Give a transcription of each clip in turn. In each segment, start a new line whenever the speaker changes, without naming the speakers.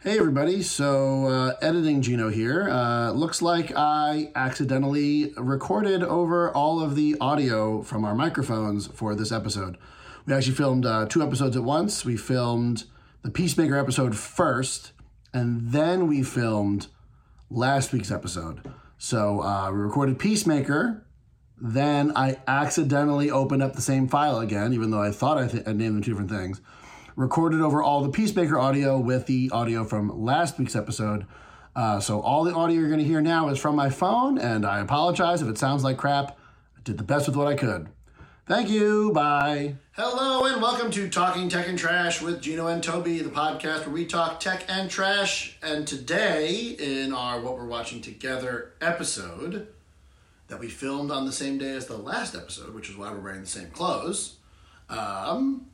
Hey everybody, so uh, editing Gino here. Uh, looks like I accidentally recorded over all of the audio from our microphones for this episode. We actually filmed uh, two episodes at once. We filmed the Peacemaker episode first, and then we filmed last week's episode. So uh, we recorded Peacemaker, then I accidentally opened up the same file again, even though I thought I, th- I named them two different things. Recorded over all the Peacemaker audio with the audio from last week's episode. Uh, so all the audio you're going to hear now is from my phone, and I apologize if it sounds like crap. I did the best with what I could. Thank you. Bye. Hello, and welcome to Talking Tech and Trash with Gino and Toby, the podcast where we talk tech and trash. And today, in our What We're Watching Together episode, that we filmed on the same day as the last episode, which is why we're wearing the same clothes. Um,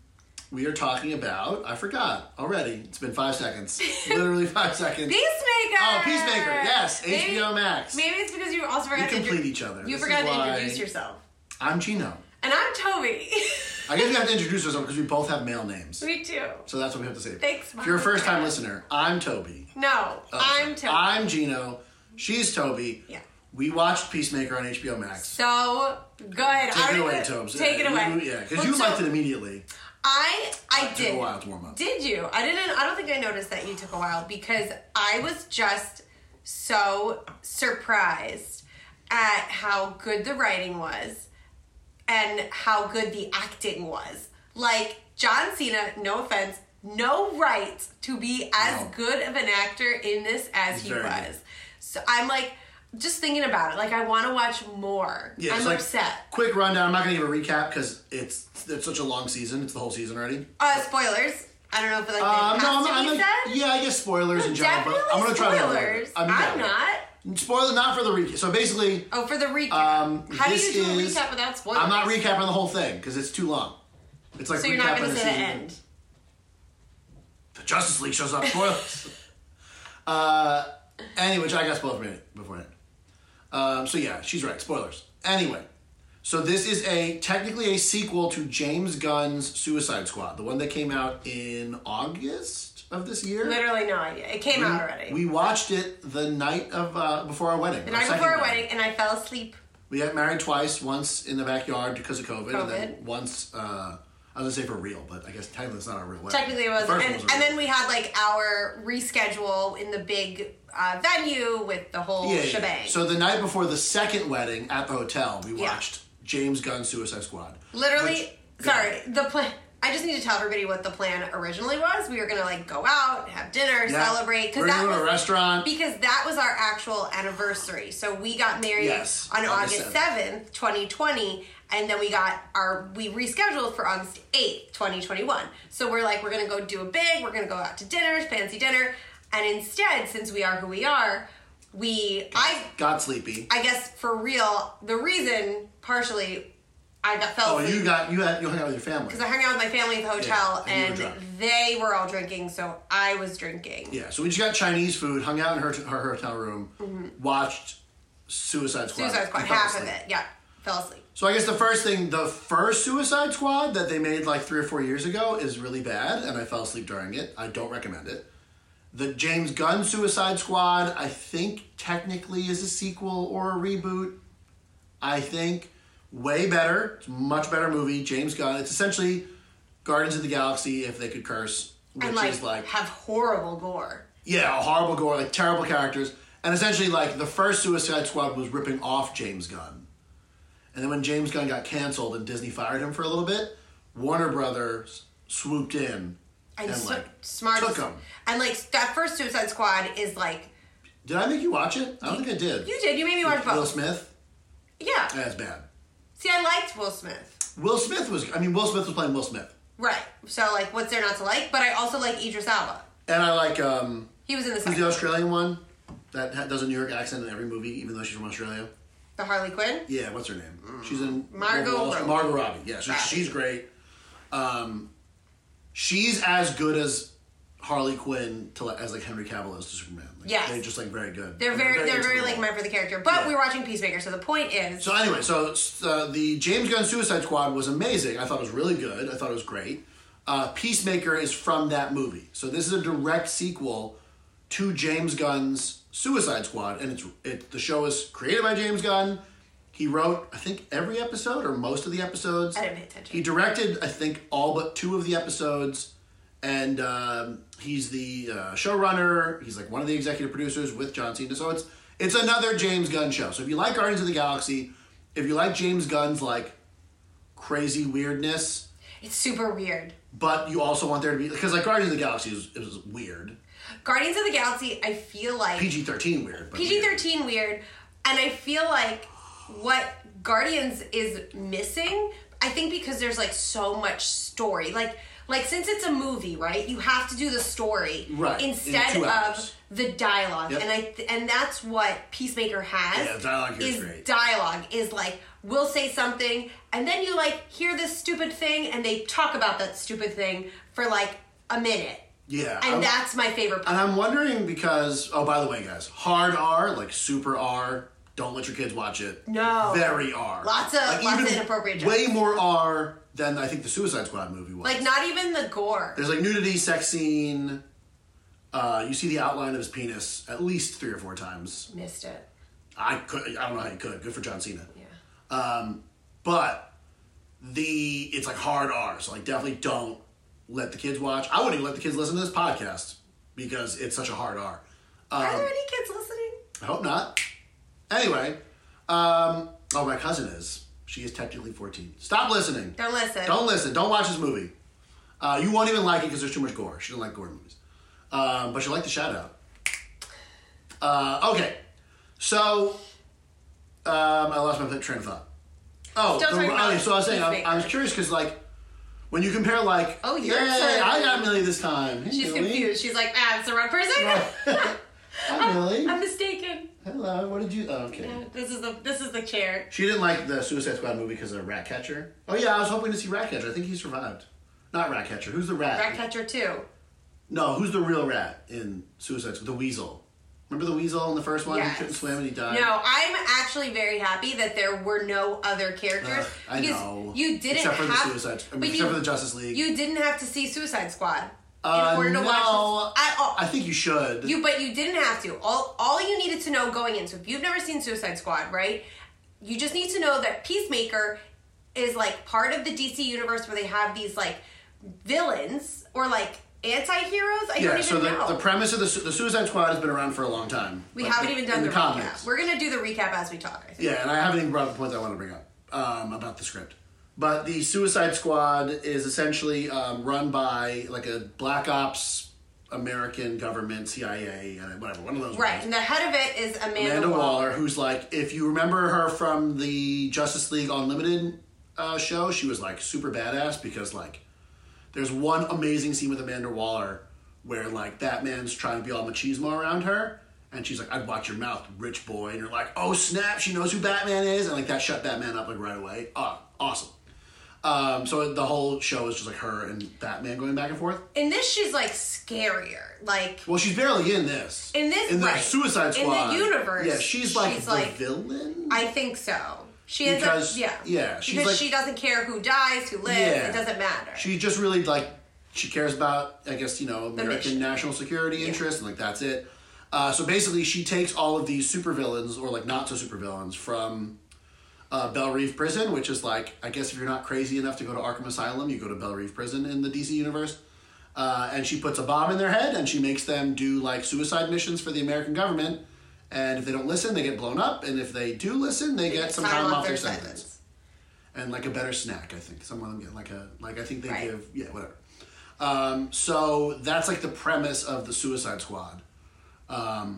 we are talking about, I forgot already, it's been five seconds. Literally five seconds.
Peacemaker.
Oh, Peacemaker, yes,
Maybe-
HBO Max.
Maybe it's because you also
we
forgot to
complete
intro-
each other.
you
This
forgot
is
to
why-
introduce yourself.
I'm Gino.
And I'm Toby.
I guess we have to introduce ourselves because we both have male names.
Me too.
So that's what we have to say.
Thanks,
If you're a
Mom.
first time listener, I'm Toby.
No,
Oh,
I'm Toby.
sorry. I'm Gino. She's Toby.
Yeah.
We watched Peacemaker on HBO Max.
so good.
Take it away, Tobes.
Take it
Yeah,
away.
you- yeah, because
Well,
you
so
liked it immediately.
I I
Took
did.
a while to warm up.
Did you? I didn't. I don't think I noticed that you took a while because I was just so surprised at how good the writing was and how good the acting was. Like John Cena, no offense, no right to be as
No.
good of an actor in this as he
very good.
was. So I'm like just thinking about it. Like I want to watch more.
Yeah,
I'm
it's like,
upset.
Quick rundown. I'm not going to give a recap because it's it's such a long season. It's the whole season already.
Uh, spoilers. I don't know if like they
Um,
have
no, I'm,
to
I'm
be
like,
said.
yeah, I guess spoilers in general.
Definitely
but I'm going to try to avoid
spoilers.
it.
I'm,
yeah.
not.
Spoiler not for the recap. So basically,
Oh, for the recap.
Um,
How do
this
you do
is-
a recap without spoilers?
I'm not recapping the whole thing because it's too long. It's like
So
recapping
you're not going
a
to say
season.
the end.
The Justice League shows up. Spoilers. uh, anyway, which I got spoiled from it beforehand. Um, so yeah, she's right. Spoilers. Anyway, so this is a technically a sequel to James Gunn's Suicide Squad, the one that came out in August of this year.
Literally no idea. It came out already.
We watched it the night of uh, before our wedding.
the night before our wedding, and I fell asleep.
We got married twice, once in the backyard because of COVID, and then
COVID.
once, uh, I was gonna say for real, but I guess technically it's not our real wedding.
Technically, it
The
was.
first
And,
one
and then we had like our reschedule in the big uh, venue with the whole
a real- yeah, yeah, yeah.
shebang.
So the night before the second wedding at the hotel, we
Yeah.
watched James Gunn's Suicide Squad.
Literally,
Which-
sorry. The plan. I just need to tell everybody what the plan originally was. We were gonna like go out, have dinner,
Yeah.
celebrate,
We're
because
gonna
that
go to a
was
restaurant.
because that was our actual anniversary. So we got married
Yes,
on
August
August seventh, twenty twenty, and then we got our we rescheduled for August eighth, twenty twenty one. So we're like, we're gonna go do a big, we're gonna go out to dinner, fancy dinner, and instead, since we are who we are, we I
got sleepy.
I guess for real, the reason partially I got fell
Oh,
asleep
you got you had you hung out with your family.
because I hung out with my family at the hotel
Yeah, and
and,
you were drunk.
they were all drinking, so I was drinking.
Yeah, so we just got Chinese food, hung out in her her hotel room, watched Suicide Squad.
Mm-hmm. Suicide Squad,
and fell
half of
asleep.
it, yeah, fell asleep.
So I guess the first thing, the first Suicide Squad that they made like three or four years ago is really bad, and I fell asleep during it. I don't recommend it. The James Gunn Suicide Squad, I think technically is a sequel or a reboot. I think way better. It's a much better movie. James Gunn. It's essentially Guardians of the Galaxy if they could curse, which
and like,
is like
have horrible gore.
yeah, horrible gore, like terrible characters, and essentially like the first Suicide Squad was ripping off James Gunn, and then when James Gunn got canceled and Disney fired him for a little bit, Warner Brothers swooped in and,
And, so,
like
smart.
took him.
And like that first Suicide Squad is like
Did I make you watch it? I don't think I did.
you did. You made me watch
Will
both.
Smith,
Yeah.
that's bad.
See, I liked Will Smith.
Will Smith was. I mean, Will Smith was playing Will Smith,
Right. So like, what's there not to like? But I also like Idris Alba.
and I like um,
He was in the
who's the
second.
Australian one that ha- does a New York accent in every movie, even though she's from Australia.
The Harley Quinn.
Yeah, what's her name? She's in
Mm. Margot
Wolf of Wall Street.
Robbie.
Margot Robbie. Yeah, so
Robbie.
she's great. Um, she's as good as Harley Quinn to like, as like Henry Cavill is to Superman. Like,
Yes.
they're just like very good.
They're
And
very, they're very like
interpretable.
meant for the character. But
Yeah.
we were watching Peacemaker, so the point is,
So anyway, so uh, the James Gunn Suicide Squad was amazing. I thought it was really good. I thought it was great. Uh, Peacemaker is from that movie, so this is a direct sequel to James Gunn's Suicide Squad, and it's it, the show is created by James Gunn. He wrote, I think, every episode or most of the episodes.
I didn't pay attention.
He directed, I think, all but two of the episodes, and um, he's the uh, showrunner. He's like one of the executive producers with John Cena. So it's it's another James Gunn show. So if you like Guardians of the Galaxy, if you like James Gunn's like crazy weirdness,
It's super weird.
but you also want there to be because like Guardians of the Galaxy is, is weird,
Guardians of the Galaxy, I feel like
PG thirteen weird. but
PG
weird.
thirteen weird, and I feel like what Guardians is missing. I think because there's like so much story, like like since it's a movie, right? You have to do the story
Right, in
instead
two hours.
of the dialogue,
Yep.
and I th- and that's what Peacemaker has.
Yeah, dialogue here is
is
great.
dialogue is like we'll say something, and then you like hear this stupid thing, and they talk about that stupid thing for like a minute,
Yeah,
and
I'm-
that's my favorite part.
And I'm wondering because oh, by the way, guys, hard R like super R. Don't let your kids watch it.
No.
very R.
Lots of-
Like,
lots of
even
inappropriate
Way more R than I think the Suicide Squad movie was.
like not even the gore.
There's like nudity, sex scene. Uh, you see the outline of his penis at least three or four times.
Missed it.
I could. I don't know how you could. Good for John Cena.
Yeah.
But the it's like hard R. So like definitely don't let the kids watch. I wouldn't even let the kids listen to this podcast because it's such a hard R.
Are
Um,
there any kids listening?
I hope not. Anyway, um, oh, my cousin is. She is technically 14. Stop listening.
Don't listen.
Don't listen. Don't watch this movie. Uh, you won't even like it because there's too much gore. She doesn't like gore movies. Um, but she'll like the shout out. Uh, okay. So, um, I lost my train of thought. Oh,
Still
the-
talking about
okay, so I was saying, I, I was
Peacemaker.
curious because, like, when you compare, like,
Oh, you're
"Yay,
sorry.
I got Millie this time. Hey,
She's
Millie.
confused. She's like, ah, it's the wrong person.
Hi, Millie.
I'm mistaken.
Hello. What did you? Oh, okay.
This is the this is the chair.
She didn't like the Suicide Squad movie because of Ratcatcher. Oh yeah, I was hoping to see Ratcatcher. I think he survived. Not Ratcatcher. Who's the rat?
Ratcatcher too.
no, who's the real rat in Suicide Squad? The Weasel. Remember the Weasel in the first one? He
Yes.
couldn't swim and he died.
No, I'm actually very happy that there were no other characters
Ugh, Uh, I
because
know.
you didn't
Except for the
have
Suicide. I mean,
but
except
you-
for the Justice League.
You didn't have to see Suicide Squad in
Uh,
order to
no,
watch this at all.
I think you should.
You, but you didn't have to. All, all you needed to know going in. So if you've never seen Suicide Squad, right? You just need to know that Peacemaker is like part of the DC universe where they have these like villains or like anti-heroes. I don't
yeah.
even
So the,
know.
the premise of the, Su- the Suicide Squad has been around for a long time.
we
Like,
haven't
in-
even done
in
the,
comics.
recap. We're gonna do the recap as we talk. I think.
Yeah, and I haven't even brought up the point that I want to bring up um, about the script. But the Suicide Squad is essentially um, run by like a black ops American government, CIA, and uh, whatever, one of those.
Right,
ones.
and the head of it is Amanda,
Amanda
Waller.
Waller, who's like, if you remember her from the Justice League Unlimited uh, show, she was like super badass because like there's one amazing scene with Amanda Waller where like Batman's trying to be all machismo around her, and she's like, "I'd watch your mouth, rich boy," and you're like, "Oh snap, she knows who Batman is," and like that shut Batman up like right away. Oh, awesome. Um, so the whole show is just like her and Batman going back and forth.
In this, she's like scarier. Like
Well, she's barely in this.
In this-
in the
right.
Suicide
In the
Squad
universe,
Yeah, she's like
she's
the
like-
villain.
I think so. She ends
Because-
up, yeah,
yeah, she's
because
like-
she doesn't care who dies, who lives.
Yeah.
It doesn't matter.
she just really like she cares about i guess you know american
mission.
national security interests and like that's it uh, so basically she takes all of these supervillains or like not so supervillains from uh, belle reeve prison which is like i guess if you're not crazy enough to go to arkham asylum you go to belle reeve prison in the dc universe uh, and she puts a bomb in their head and she makes them do like suicide missions for the american government and if they don't listen they get blown up and if they do listen they, get, some
Sign
time
off
off
their
their
sentence.
sentence and like a better snack. I think some of them get like a like I think they
Right.
give yeah whatever. Um, so that's like the premise of the Suicide Squad. Um,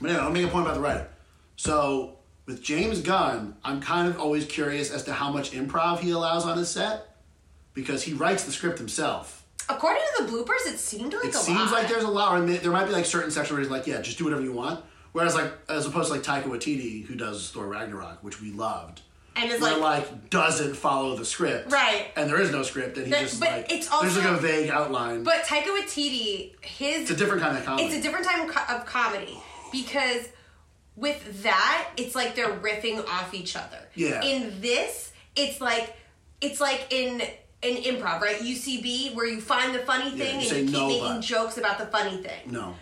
but anyway, I'll make a point about the writer. So with James Gunn, I'm kind of always curious as to how much improv he allows on his set because he writes the script himself.
According to the bloopers, it seemed like
It
a
seems
lot.
like there's a lot. Or mi- there might be like certain sections where he's like, yeah, just do whatever you want. Whereas like as opposed to like Taika Waititi, who does Thor Ragnarok, which we loved,
and it's
where
like,
like, doesn't follow the script,
Right.
And there is no script, and he
There-
just
but
like
it's also-
there's like a vague outline.
but Taika Waititi, his
it's a different kind of comedy.
it's a different time co- of comedy because with that, it's like they're riffing off each other.
Yeah.
In this, it's like it's like in in improv, right? UCB, where you find the funny
you
thing and
say
you keep
no,
making
but-
jokes about the funny thing.
No.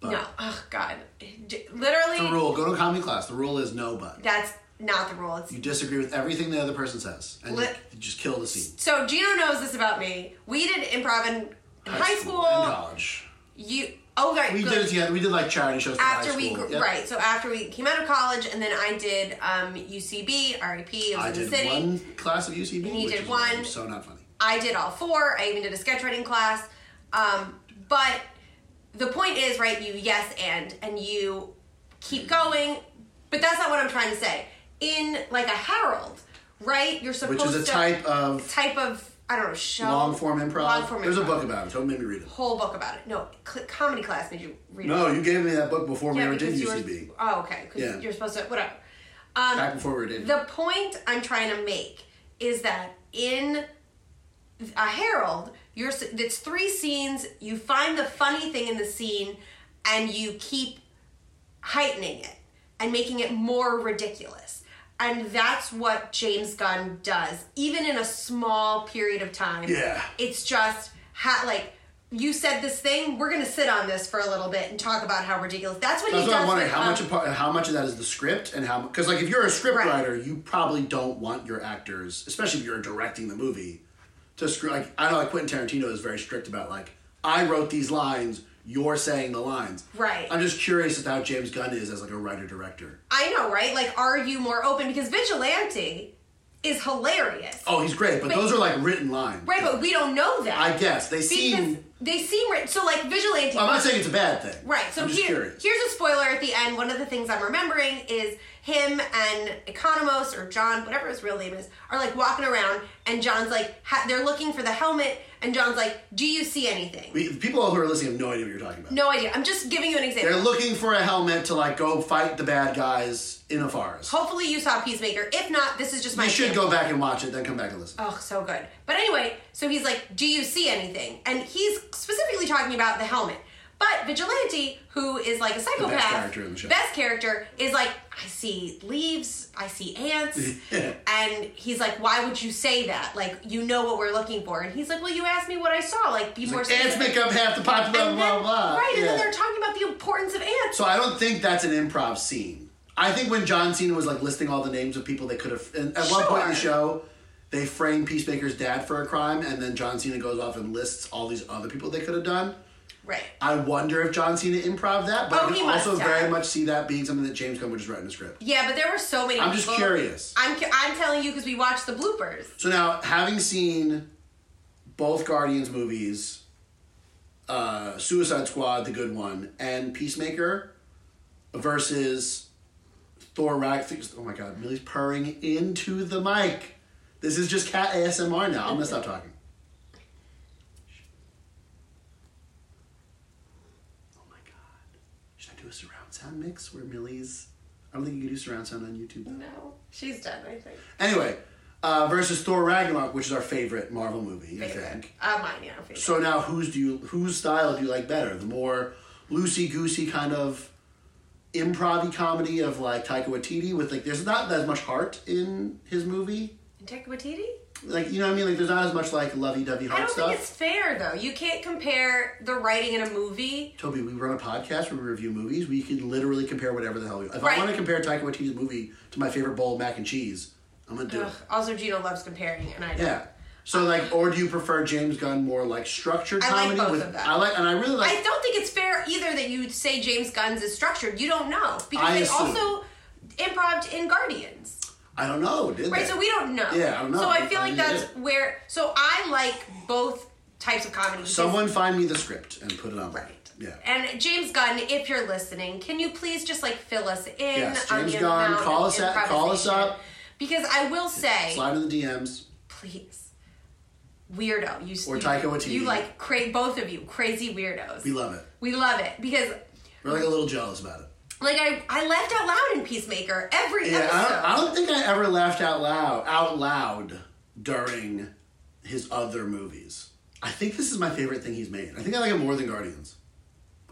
but-
No, oh God, D- literally,
The rule. Go to comedy class. The rule is no but.
that's not the rule. It's
You disagree with everything the other person says, and
Lit-
you just kill the scene.
so Gino knows this about me. We did improv in high, school.
and college.
You oh right,
We
good.
did it together. We did like charity shows for
after
high
we
school.
gr
Yep.
right. So after we came out of college, and then I did um, UCB, RIP, it was
I
in
did
the city.
one class of UCB.
you
which
did
is
one.
So not funny.
I did all four. I even did a sketch writing class. Um, but the point is, right, you yes and, and you keep going. But that's not what I'm trying to say. In like a Herald, right, you're supposed
Which
to.
is a type of
type of, I don't know, show.
long form improv.
Long-form
There's
improv.
a book about it. Don't make me read it.
Whole book about it. No, cl- comedy class made you read it.
No, you gave me that book before we
Yeah,
ever did
because you were-
UCB.
Oh, okay. Because
Yeah.
you're supposed to, whatever. Um,
Back before we were dating.
The point I'm trying to make is that in a Herald, you're s- it's three scenes. You find the funny thing in the scene, and you keep heightening it and making it more ridiculous. And that's what James Gunn does, even in a small period of time.
Yeah.
It's just ha- like you said this thing. We're gonna sit on this for a little bit and talk about how ridiculous. That's what
That's
he
what
does.
I'm wondering.
with,
How
um,
much of part, how much of that is the script, and how because like if you're a script
Right.
writer, you probably don't want your actors, especially if you're directing the movie, to screw. Like I know like Quentin Tarantino is very strict about like I wrote these lines, you're saying the lines.
Right.
I'm just curious about how James Gunn is as like a writer director.
I know, right? Like, are you more open? Because vigilante is hilarious,
Oh, he's great, but those are like written lines.
right? But we don't know that.
I guess they
because
seem.
they seem ri- so like vigilante.
I'm not saying it's a bad thing.
Right. So
I'm just
here,
curious.
here's a spoiler at the end. One of the things I'm remembering is him and Economos or John, whatever his real name is, are like walking around, and John's like, ha- they're looking for the helmet, and John's like, "Do you see anything?"
We- the people who are listening have no idea what you're talking about.
no idea. I'm just giving you an example.
They're looking for a helmet to like go fight the bad guys in a forest.
Hopefully, you saw Peacemaker. If not, this is just my.
You should
example.
go back and watch it, then come back and listen.
Oh, so good. But anyway, so he's like, Do you see anything? And he's specifically talking about the helmet. But Vigilante, who is like a psychopath,
character in the show.
best character, is like, I see leaves, I see ants. and he's like, Why would you say that? Like, you know what we're looking for. And he's like, Well, you asked me what I saw. Like, be more
Ants make up half the population. Blah
And
blah
then-
blah.
Right, and
Yeah.
then they're talking about the importance of ants.
so I don't think that's an improv scene. I think when John Cena was like listing all the names of people they could have, and at one point in the
Sure.
show, they frame Peacemaker's dad for a crime, and then John Cena goes off and lists all these other people they could have done.
right.
I wonder if John Cena improv that, but
Oh,
I
he
can
must
also
have.
very much see that being something that James Gunn would just write in the script.
Yeah, but there were so many.
I'm just
people.
curious.
I'm, cu- I'm telling you because we watched the bloopers.
So now, having seen both Guardians movies, uh, Suicide Squad, the good one, and Peacemaker, versus Thor Ragnarok. Oh my God, Millie's purring into the mic. This is just cat ASMR now. I'm gonna stop talking. Oh my God, should I do a surround sound mix where Millie's? I don't think you can do surround sound on YouTube. Though.
No, she's done, I think.
Anyway, uh, versus Thor Ragnarok, which is our favorite Marvel movie, I think.
Uh, mine, yeah. favorite.
So now, who's do you whose style do you like better? The more loosey goosey kind of improv comedy of like Taika Waititi with like there's not as much heart in his movie.
And Taika Waititi?
Like you know what I mean? Like there's not as much like lovey dovey
I
heart
don't
stuff.
think it's fair though. You can't compare the writing in a movie.
Toby, we run a podcast where we review movies. We can literally compare whatever the hell we. If
Right.
I want to compare Taika Waititi's movie to my favorite bowl of mac and cheese, I'm gonna do
Ugh,
it.
also, Gino loves comparing, and I don't.
Yeah. So like, or do you prefer James Gunn more like structured
I like
comedy?
both
with,
of them.
I like, and I really like.
I don't think it's fair either that you say James Gunn's is structured. You don't know because
I
they
assume.
also improved in Guardians,
I don't know. Did
right?
they?
So we don't know.
Yeah, I don't know.
So I feel
I
like
mean,
that's
yeah.
where. So I like both types of comedy. because-
Someone find me the script and put it on.
Right.
Yeah.
And James Gunn, if you're listening, can you please just like fill us in
Yes,
on
James
the
Gunn,
amount
call
of
us at- call us
improvisation?
up.
Because I will say,
Slide in the DMs.
please, weirdo, you
Or
you,
Taika Waititi.
You like cra- both of you, crazy weirdos.
We love it.
We love it because,
We're like a little jealous about it.
like, I I laughed out loud in Peacemaker every
Yeah, I
episode.
don't, I don't think I ever laughed out loud out loud during his other movies. I think this is my favorite thing he's made. I think I like it more than Guardians.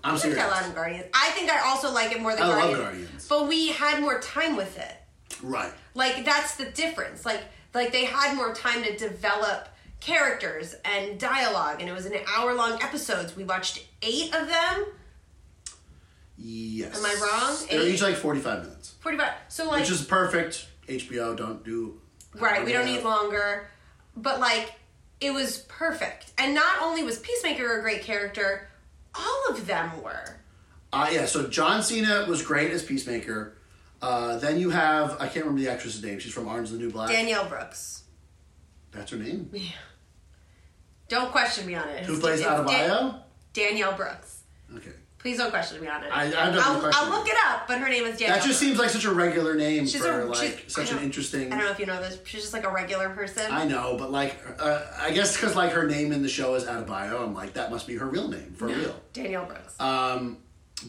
I'm
I
serious.
laughed out loud in Guardians. I think I also like it more than
I love
Guardians,
Guardians.
but we had more time with it.
Right.
Like that's the difference. Like like they had more time to develop characters and dialogue, and it was an hour long episodes. We watched eight of them.
Yes.
Am I wrong?
They're
Eight?
each like 45 minutes,
Forty five. So like
which is perfect. HBO, don't do.
Right, we don't
Yeah.
need longer. But like it was perfect. And not only was Peacemaker a great character, all of them were.
Uh, yeah, so John Cena was great as Peacemaker. Uh, then you have, I can't remember the actress's name. She's from Orange is the New Black.
Danielle Brooks.
That's her name.
Don't question me on it.
Who plays
It's Dan-
Adebayo?
Danielle Brooks.
Okay.
Please don't question me on it.
I- I don't
will
question
I'll look it up, but her name is Danielle.
That just seems like such a regular name
She's
for
a-
like
she's-
such
I
an
don't-
interesting.
I don't know if you know this. She's just like a regular person.
I know, but like, uh, I guess because like her name in the show is Adebayo, I'm like that must be her real name for real.
Danielle Brooks.
Um,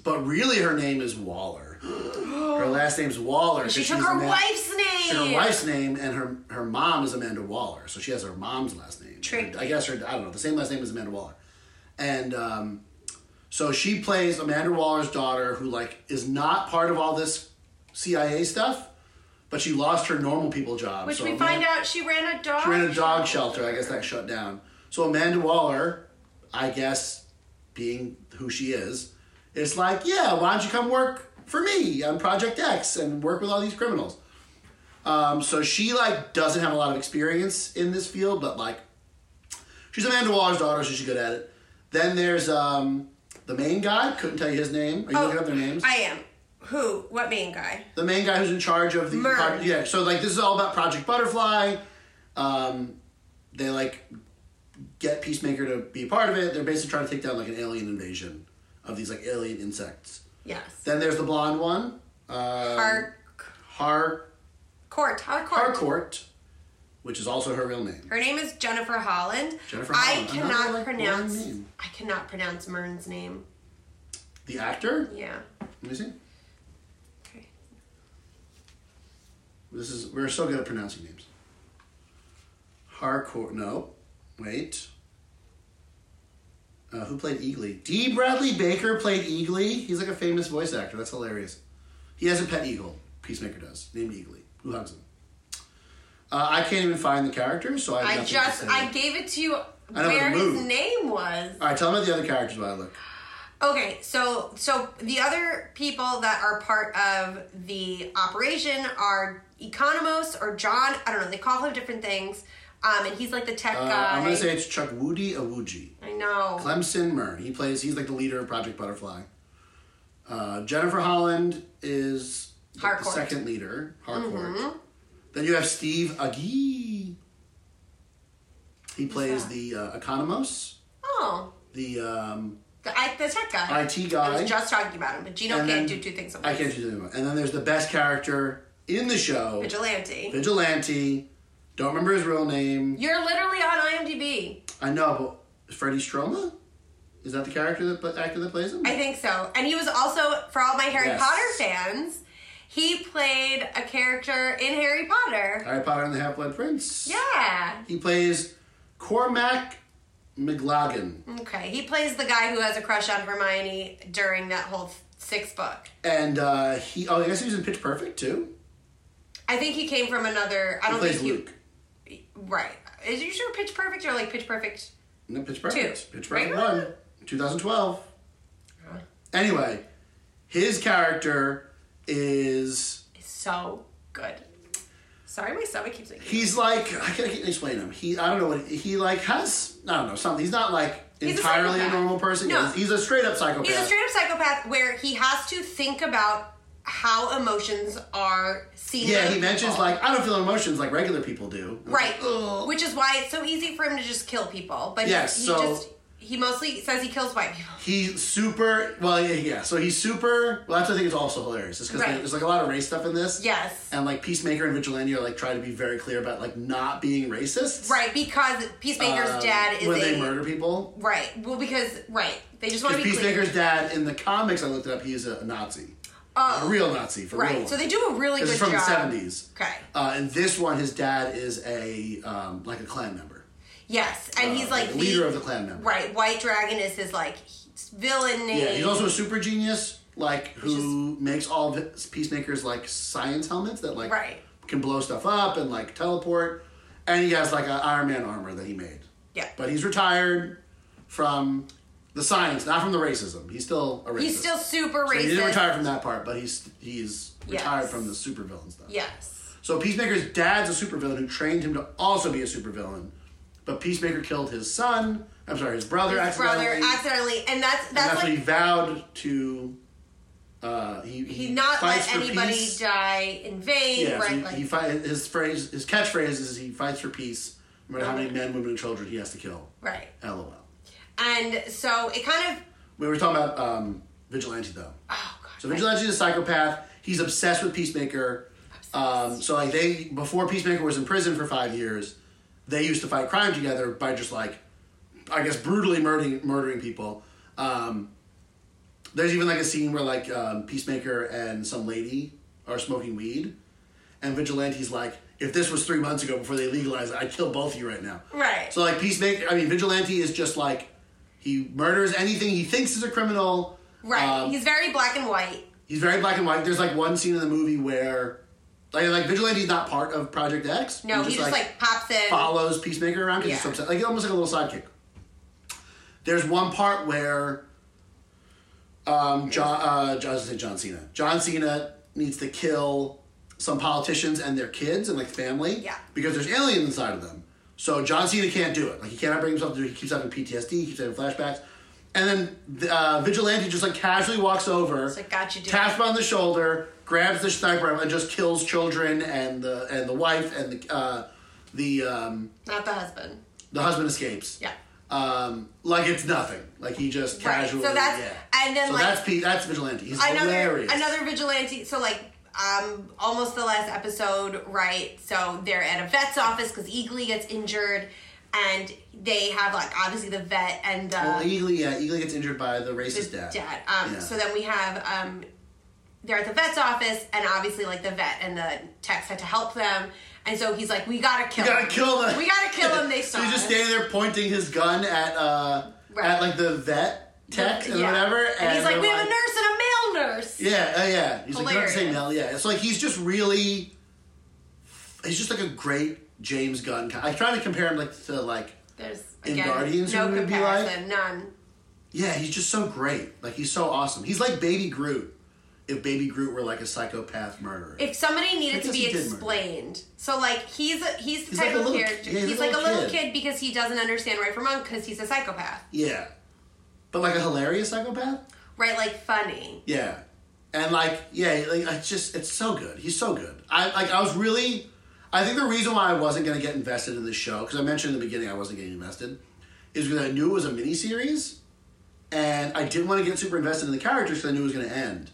but really, her name is Waller. her last name's Waller. 'cause
she took
she's
her
Ama-
wife's name.
Her wife's name and her her mom is Amanda Waller, so she has her mom's last name.
Tricky.
I guess her I don't know the same last name as Amanda Waller, and um, so she plays Amanda Waller's daughter, who like is not part of all this CIA stuff, but she lost her normal people job.
Which
so
we
Amanda-
find out she ran a dog.
she ran a dog shelter. I guess that shut down. So Amanda Waller, I guess, being who she is, it's like, yeah, why don't you come work for me on Project X and work with all these criminals? Um, so she like doesn't have a lot of experience in this field, but like, she's Amanda Waller's daughter, so she's good at it. Then there's um, the main guy. Couldn't tell you his name. Are you looking up their names?
Oh, I am. Who? What main guy?
the main guy who's in charge of the
Murr.
pro- yeah so like this is all about project butterfly um, they like get peacemaker to be a part of it they're basically trying to take down like an alien invasion of these like alien insects
Yes.
then there's the blonde one uh,
Our
har
court. Our court.
harcourt which is also her real name
Her name is Jennifer Holland.
Jennifer
I
Holland. Another,
cannot
like,
pronounce.
boring name.
I cannot pronounce Mern's name.
the actor
Yeah.
let me see
Okay.
this is we're so good at pronouncing names harcourt no wait Uh, who played Eagly? D. Bradley Baker played Eagly. He's like a famous voice actor. That's hilarious. He has a pet eagle. Peacemaker does, named Eagly, who hugs him. Uh, I can't even find the character, so I, have
I
nothing
just
To say.
I gave it to you
know
where
the
his
move.
name was.
All right, tell me about the other characters while I look.
Okay, so so the other people that are part of the operation are Economos or John. I don't know. They call him different things. Um, and he's like the tech
Uh,
guy.
I'm gonna say it's Chuck Woody Awuji.
I know.
Clemson Mern. He plays. He's like the leader of Project Butterfly. Uh, Jennifer Holland is like, the
Harcourt. Mm-hmm.
second leader. Harcourt. Then you have Steve Agee. He plays the uh, Economos,
Oh,
the um,
the, I, the tech guy.
IT
I
guy.
was just talking about him, but Gino
And
can't
then-
do two things at
I
once.
can't do that anymore. And then there's the best character in the show,
Vigilante.
Vigilante. Don't remember his real name.
You're literally on IMDb.
I know, but Freddie Stroma. Is that the character that pla- actor that plays him?
I think so. And he was also, for all my Harry
Yes.
Potter fans, he played a character in Harry Potter.
Harry Potter and the Half Blood Prince.
Yeah.
He plays Cormac McLagan.
Okay. He plays the guy who has a crush on Hermione during that whole sixth book.
And uh, he, oh, I guess he was in Pitch Perfect too.
I think he came from another. I
He
don't
plays
think
Luke.
he. Right. Is you sure Pitch Perfect or like Pitch Perfect?
No, Pitch Perfect.
Two.
Pitch Perfect
Right?
1, 2012. Anyway, his character is,
It's so good. Sorry, my stomach keeps like.
he's like, I can't, I can't explain him. He, I don't know what, he like has, I don't know, something. He's not like
He's a
entirely a,
psychopath.
normal person.
No.
Yeah, He's a straight up psychopath.
He's a straight up psychopath where he has to think about how emotions are seen.
yeah,
by
he mentions
people.
like, I don't feel emotions like regular people do. And I'm like,
Right.
"Ugh."
Which is why it's so easy for him to just kill people. But he-
Yes,
he,
so-
just he mostly says he kills white people.
He's super. Well, yeah, yeah. So he's super. Well, that's what I think is also hilarious. Is because
Right.
there's like a lot of race stuff in this.
Yes.
And like Peacemaker and Vigilante are like trying to be very clear about like not being racist.
Right, because Peacemaker's
Um,
dad is
when
a
they murder people.
Right. Well because right. They just want to
Because
be
Peacemaker's
clear.
dad in the comics, I looked it up. He is a Nazi. a real Nazi for real.
Oh. Right. So they do a really
This
good
is from
job.
the seventies.
Okay.
Uh, and this one, his dad is a um, like a clan member.
Yes. And he's
Uh,
like
the leader of the clan member.
Right. White Dragon is his like villain name.
Yeah, he's also a super genius, like who makes all of his peacemakers like science helmets that like
Right.
can blow stuff up and like teleport. And he has like an Iron Man armor that he made.
Yeah.
But he's retired from the science, not from the racism. He's still a racist.
He's still super
So
racist.
He didn't retire from that part, but he's he's retired
Yes.
from the supervillain stuff.
Yes.
So Peacemaker's dad's a supervillain who trained him to also be a supervillain, but Peacemaker killed his son. I'm sorry, his brother.
His
accidentally,
brother accidentally, and that's that's,
and that's
like
what he vowed to. Uh, he he
he not
fights
let
for
anybody
peace.
die in vain,
Yeah,
right?
he,
like
he fight, his phrase, his catchphrase is he fights for peace, no matter how many men, women, and children he has to kill.
right.
LOL.
And so it kind of
We were talking about um, vigilante though.
oh god.
So Vigilante is a psychopath. He's obsessed with Peacemaker. Um, so like they before Peacemaker was in prison for five years, they used to fight crime together by just like, I guess brutally murdering murdering people. Um, there's even like a scene where like um, Peacemaker and some lady are smoking weed, and Vigilante's like, if this was three months ago before they legalized, it, I'd kill both of you right now.
Right.
So like Peacemaker, I mean Vigilante is just like, he murders anything he thinks is a criminal.
right.
Um,
He's very black and white.
He's very black and white. There's like one scene in the movie where, like, like Vigilante's not part of Project X.
No, he just, like, pops in.
follows Peacemaker around because he's so
Yeah.
upset. Like almost like a little sidekick. There's one part where, um, John, uh, John, I was gonna say John Cena. John Cena needs to kill some politicians and their kids and like family.
Yeah.
Because there's aliens inside of them. So John Cena can't do it. Like he cannot bring himself to do it. He keeps having PTSD. He keeps having flashbacks. And then the, uh, Vigilante just like casually walks over,
It's like, "Gotcha, dude."
taps him on the shoulder, grabs the sniper rifle, and just kills children and the and the wife and the uh, the um,
Not the husband.
the husband escapes.
Yeah.
Um, like it's nothing. Like he just
Right.
casually.
So that's-
yeah.
and then,
so
like-
that's Pete. That's vigilante. He's
Another
hilarious.
another vigilante. So like um almost the last episode, right? So they're at a vet's office because Eagly gets injured, and they have like obviously the vet and the
Well, Eagly, yeah, Eagly gets injured by the racist dad.
dad. Um,
Yeah.
So then we have um, they're at the vet's office, and obviously like the vet and the techs had to help them, and so he's like, "We gotta kill,
We gotta
him.
kill them.
We gotta kill him." They saw.
so he's just
us.
standing there pointing his gun at uh
Right.
at like the vet tech and
Yeah.
whatever.
And, he's like,
they're
"We have a nurse and a male nurse."
Yeah, uh, yeah. He's like, you don't have to say
Hilarious.
no. Yeah, it's like he's just really. He's just like a great James Gunn. ki- I try to compare him like to like.
There's
In
again
Guardians,
no
who would it be like?
comparison, none.
Yeah, he's just so great. Like he's so awesome. He's like Baby Groot. If Baby Groot were like a psychopath murderer.
if somebody needed to
Princess
be
and Kid murder.
explained. So like he's a, he's the
He's
type
like a
of
little
character.
kid. Yeah,
he's like a little kid.
kid.
because he doesn't understand right from wrong because he's a psychopath,
yeah, but like a hilarious psychopath.
right? Like funny.
Yeah, and like yeah, like it's just it's so good. He's so good. I like I was really, I think the reason why I wasn't gonna get invested in this show because I mentioned in the beginning I wasn't getting invested, is because I knew it was a miniseries, and I didn't want to get super invested in the characters because I knew it was gonna end.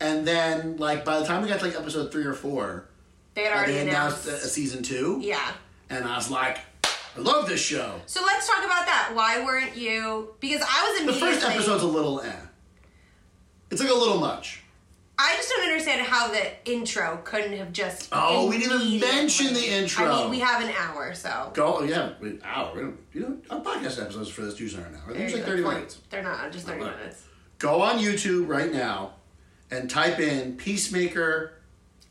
And then like by the time we got to like episode three or four,
They had already
they announced
announced.
a, a season two.
yeah.
and I was like, I love this show.
So let's talk about that. Why weren't you? Because I was
The
immediately.
first episode's a little eh. It's like a little much.
I just don't understand how the intro couldn't have just.
Oh, we didn't even
immediately-
mention the intro.
I mean, we have an hour, so.
Go, oh yeah, wait, hour. We don't, you know, our podcast episodes for this Tuesday are an hour. They're usually like
There's
thirty
a point.
minutes.
They're not just thirty
right.
minutes.
Go on YouTube right now, and type in Peacemaker.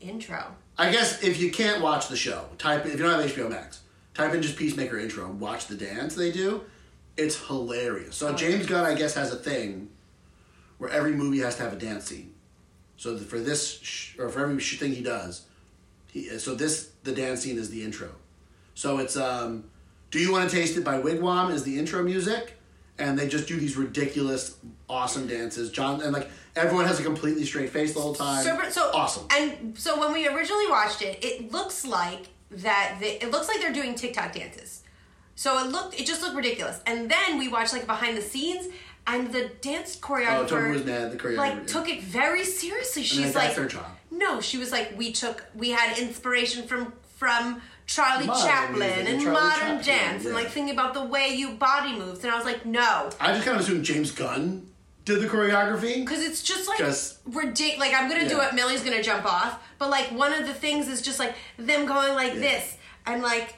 Intro.
I guess if you can't watch the show, type if you don't have HBO Max, type in just Peacemaker intro and watch the dance they do. It's hilarious. So James Gunn, I guess, has a thing where every movie has to have a dance scene. So th- for this, sh- or for every sh- thing he does, he so this the dance scene is the intro. So it's um, "Do You Want to Taste It" by Wigwam is the intro music, and they just do these ridiculous, awesome dances. John and like everyone has a completely straight face the whole time.
So, so
awesome.
And so when we originally watched it, it looks like that. The, it looks like they're doing TikTok dances. So it looked, it just looked ridiculous. And then we watched like behind the scenes, and the dance
Oh, Topher was
choreographer
mad. The choreographer
like took it very seriously. She's
that's
like,
her job.
no, she was like, we took, we had inspiration from from Charlie
Modern
Chaplin
music and
and,
Charlie
modern
Chaplin,
dance, and
yeah.
like thinking about the way you body moves. And I was like, no,
I just kind of assumed James Gunn did the choreography.
Because it's just like
'Cause-
ridiculous. Like I'm gonna do
Yeah.
it. Millie's gonna jump off. But like one of the things is just like them going like this and like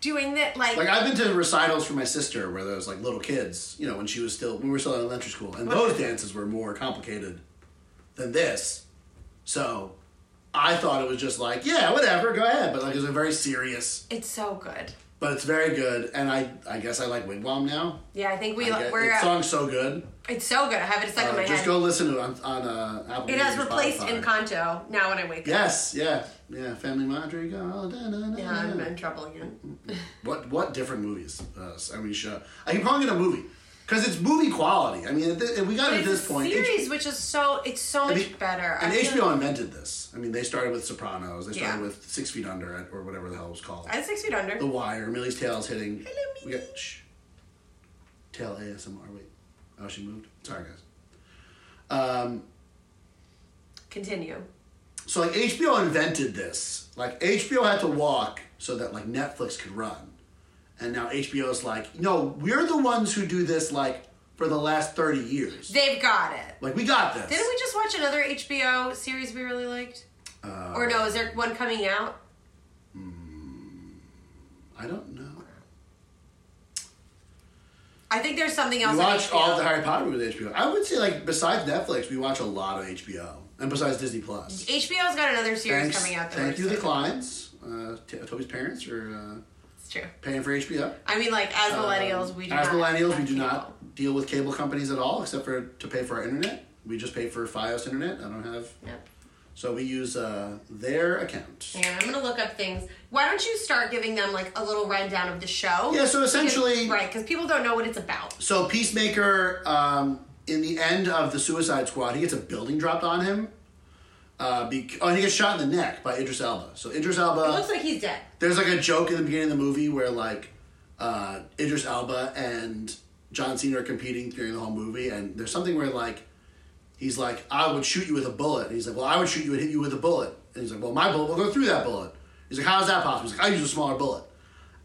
doing that. Like,
Like I've been to recitals for my sister where there was like little kids, you know, when she was still when we were still in elementary school, and those dances were more complicated than this. So I thought it was just like, yeah, whatever, go ahead. But like, it's a very serious,
It's so good.
but it's very good. And I, I guess I like Wigwam now.
Yeah, I think we
I get-
we're
the song's so good.
it's so good. I have it stuck in
Uh,
my
just
head.
go listen to it on, on uh, Apple.
it has
Music,
replaced
Spotify.
Encanto now when I wake up.
Yes, yeah, yeah. Family Madrigal. da, da, da,
Yeah, I'm
da.
in trouble again.
What what different movies? Uh, I mean, show. I can probably get a movie because it's movie quality. I mean, at thi- we got it at
It's
this
a
point.
series, which is so it's so much
H-
better.
And
I feel-
HBO invented this. I mean, they started with Sopranos. They started
Yeah.
with Six Feet Under or whatever the hell it was called.
I'm six feet under.
The Wire. Millie's tail's hitting.
Hello,
We got shh. Tail ASMR. Wait. Oh, she moved. Sorry, guys.
Continue.
So like HBO invented this. Like HBO had to walk so that like Netflix could run. And now HBO's like, no, we're the ones who do this like for the last 30 years.
They've got it.
Like we got this.
Didn't we just watch another HBO series we really liked?
Uh,
or no, is there one coming out?
I don't know.
I think there's something else.
We
on
watch
HBO.
all the Harry Potter with HBO. I would say like besides Netflix, we watch a lot of HBO. And besides Disney Plus.
HBO's got another series
Thanks-
coming out. that
Thank
we're
you, the
excited-
clients. Uh, T- Toby's parents are uh,
It's true.
paying for HBO.
I mean, like as millennials, we do
Uh, As
not
millennials,
have
we do
cable.
not deal with cable companies at all, except for to pay for our internet. We just pay for FiOS internet. I don't have,
Yep.
so we use uh, their account.
And I'm gonna look up things. Why don't you start giving them like a little rundown of the show?
Yeah, so essentially-
Because- right? Because people don't know what it's about.
So Peacemaker, um, in the end of the Suicide Squad, he gets a building dropped on him. Uh, bec- oh, and he gets shot in the neck by Idris Elba. So Idris Elba.
It looks like he's dead.
There's like a joke in the beginning of the movie where like uh, Idris Elba and John Cena are competing during the whole movie, and there's something where like he's like, "I would shoot you with a bullet," and he's like, "Well, I would shoot you and hit you with a bullet," and he's like, "Well, my bullet will go through that bullet." He's like, "How is that possible?" He's like, "I use a smaller bullet,"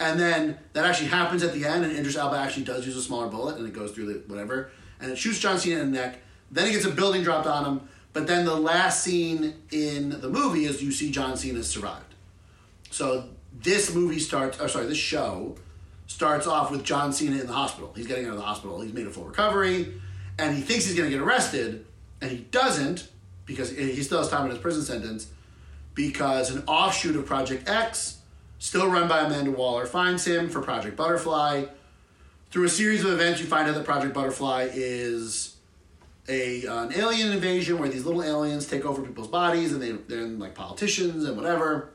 and then that actually happens at the end, and Idris Elba actually does use a smaller bullet, and it goes through the whatever, and it shoots John Cena in the neck. Then he gets a building dropped on him, but then the last scene in the movie is you see John Cena survived. So this movie starts, or sorry, this show starts off with John Cena in the hospital. He's getting out of the hospital. He's made a full recovery, and he thinks he's going to get arrested, and he doesn't because he still has time in his prison sentence. Because an offshoot of Project X, still run by Amanda Waller, finds him for Project Butterfly. Through a series of events, you find out that Project Butterfly is a uh, an alien invasion where these little aliens take over people's bodies, and they they're like politicians and whatever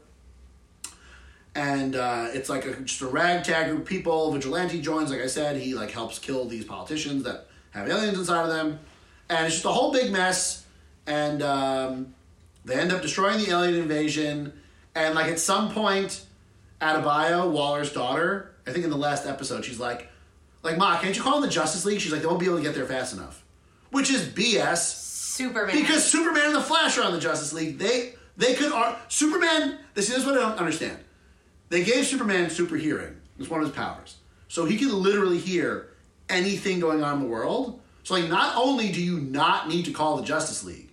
and uh, it's like a, just a ragtag group of people. Vigilante joins, like I said, he like helps kill these politicians that have aliens inside of them, and it's just a whole big mess. And um, they end up destroying the alien invasion, and like at some point, Adebayo Waller's daughter, I think in the last episode, she's like, like Ma, can't you call in the Justice League? She's like, they won't be able to get there fast enough, which is BS.
Superman.
Because Superman and the Flash are on the Justice League. They they could are Superman. This is what I don't understand. They gave Superman super hearing. It's one of his powers, so he can literally hear anything going on in the world. So like, not only do you not need to call the Justice League,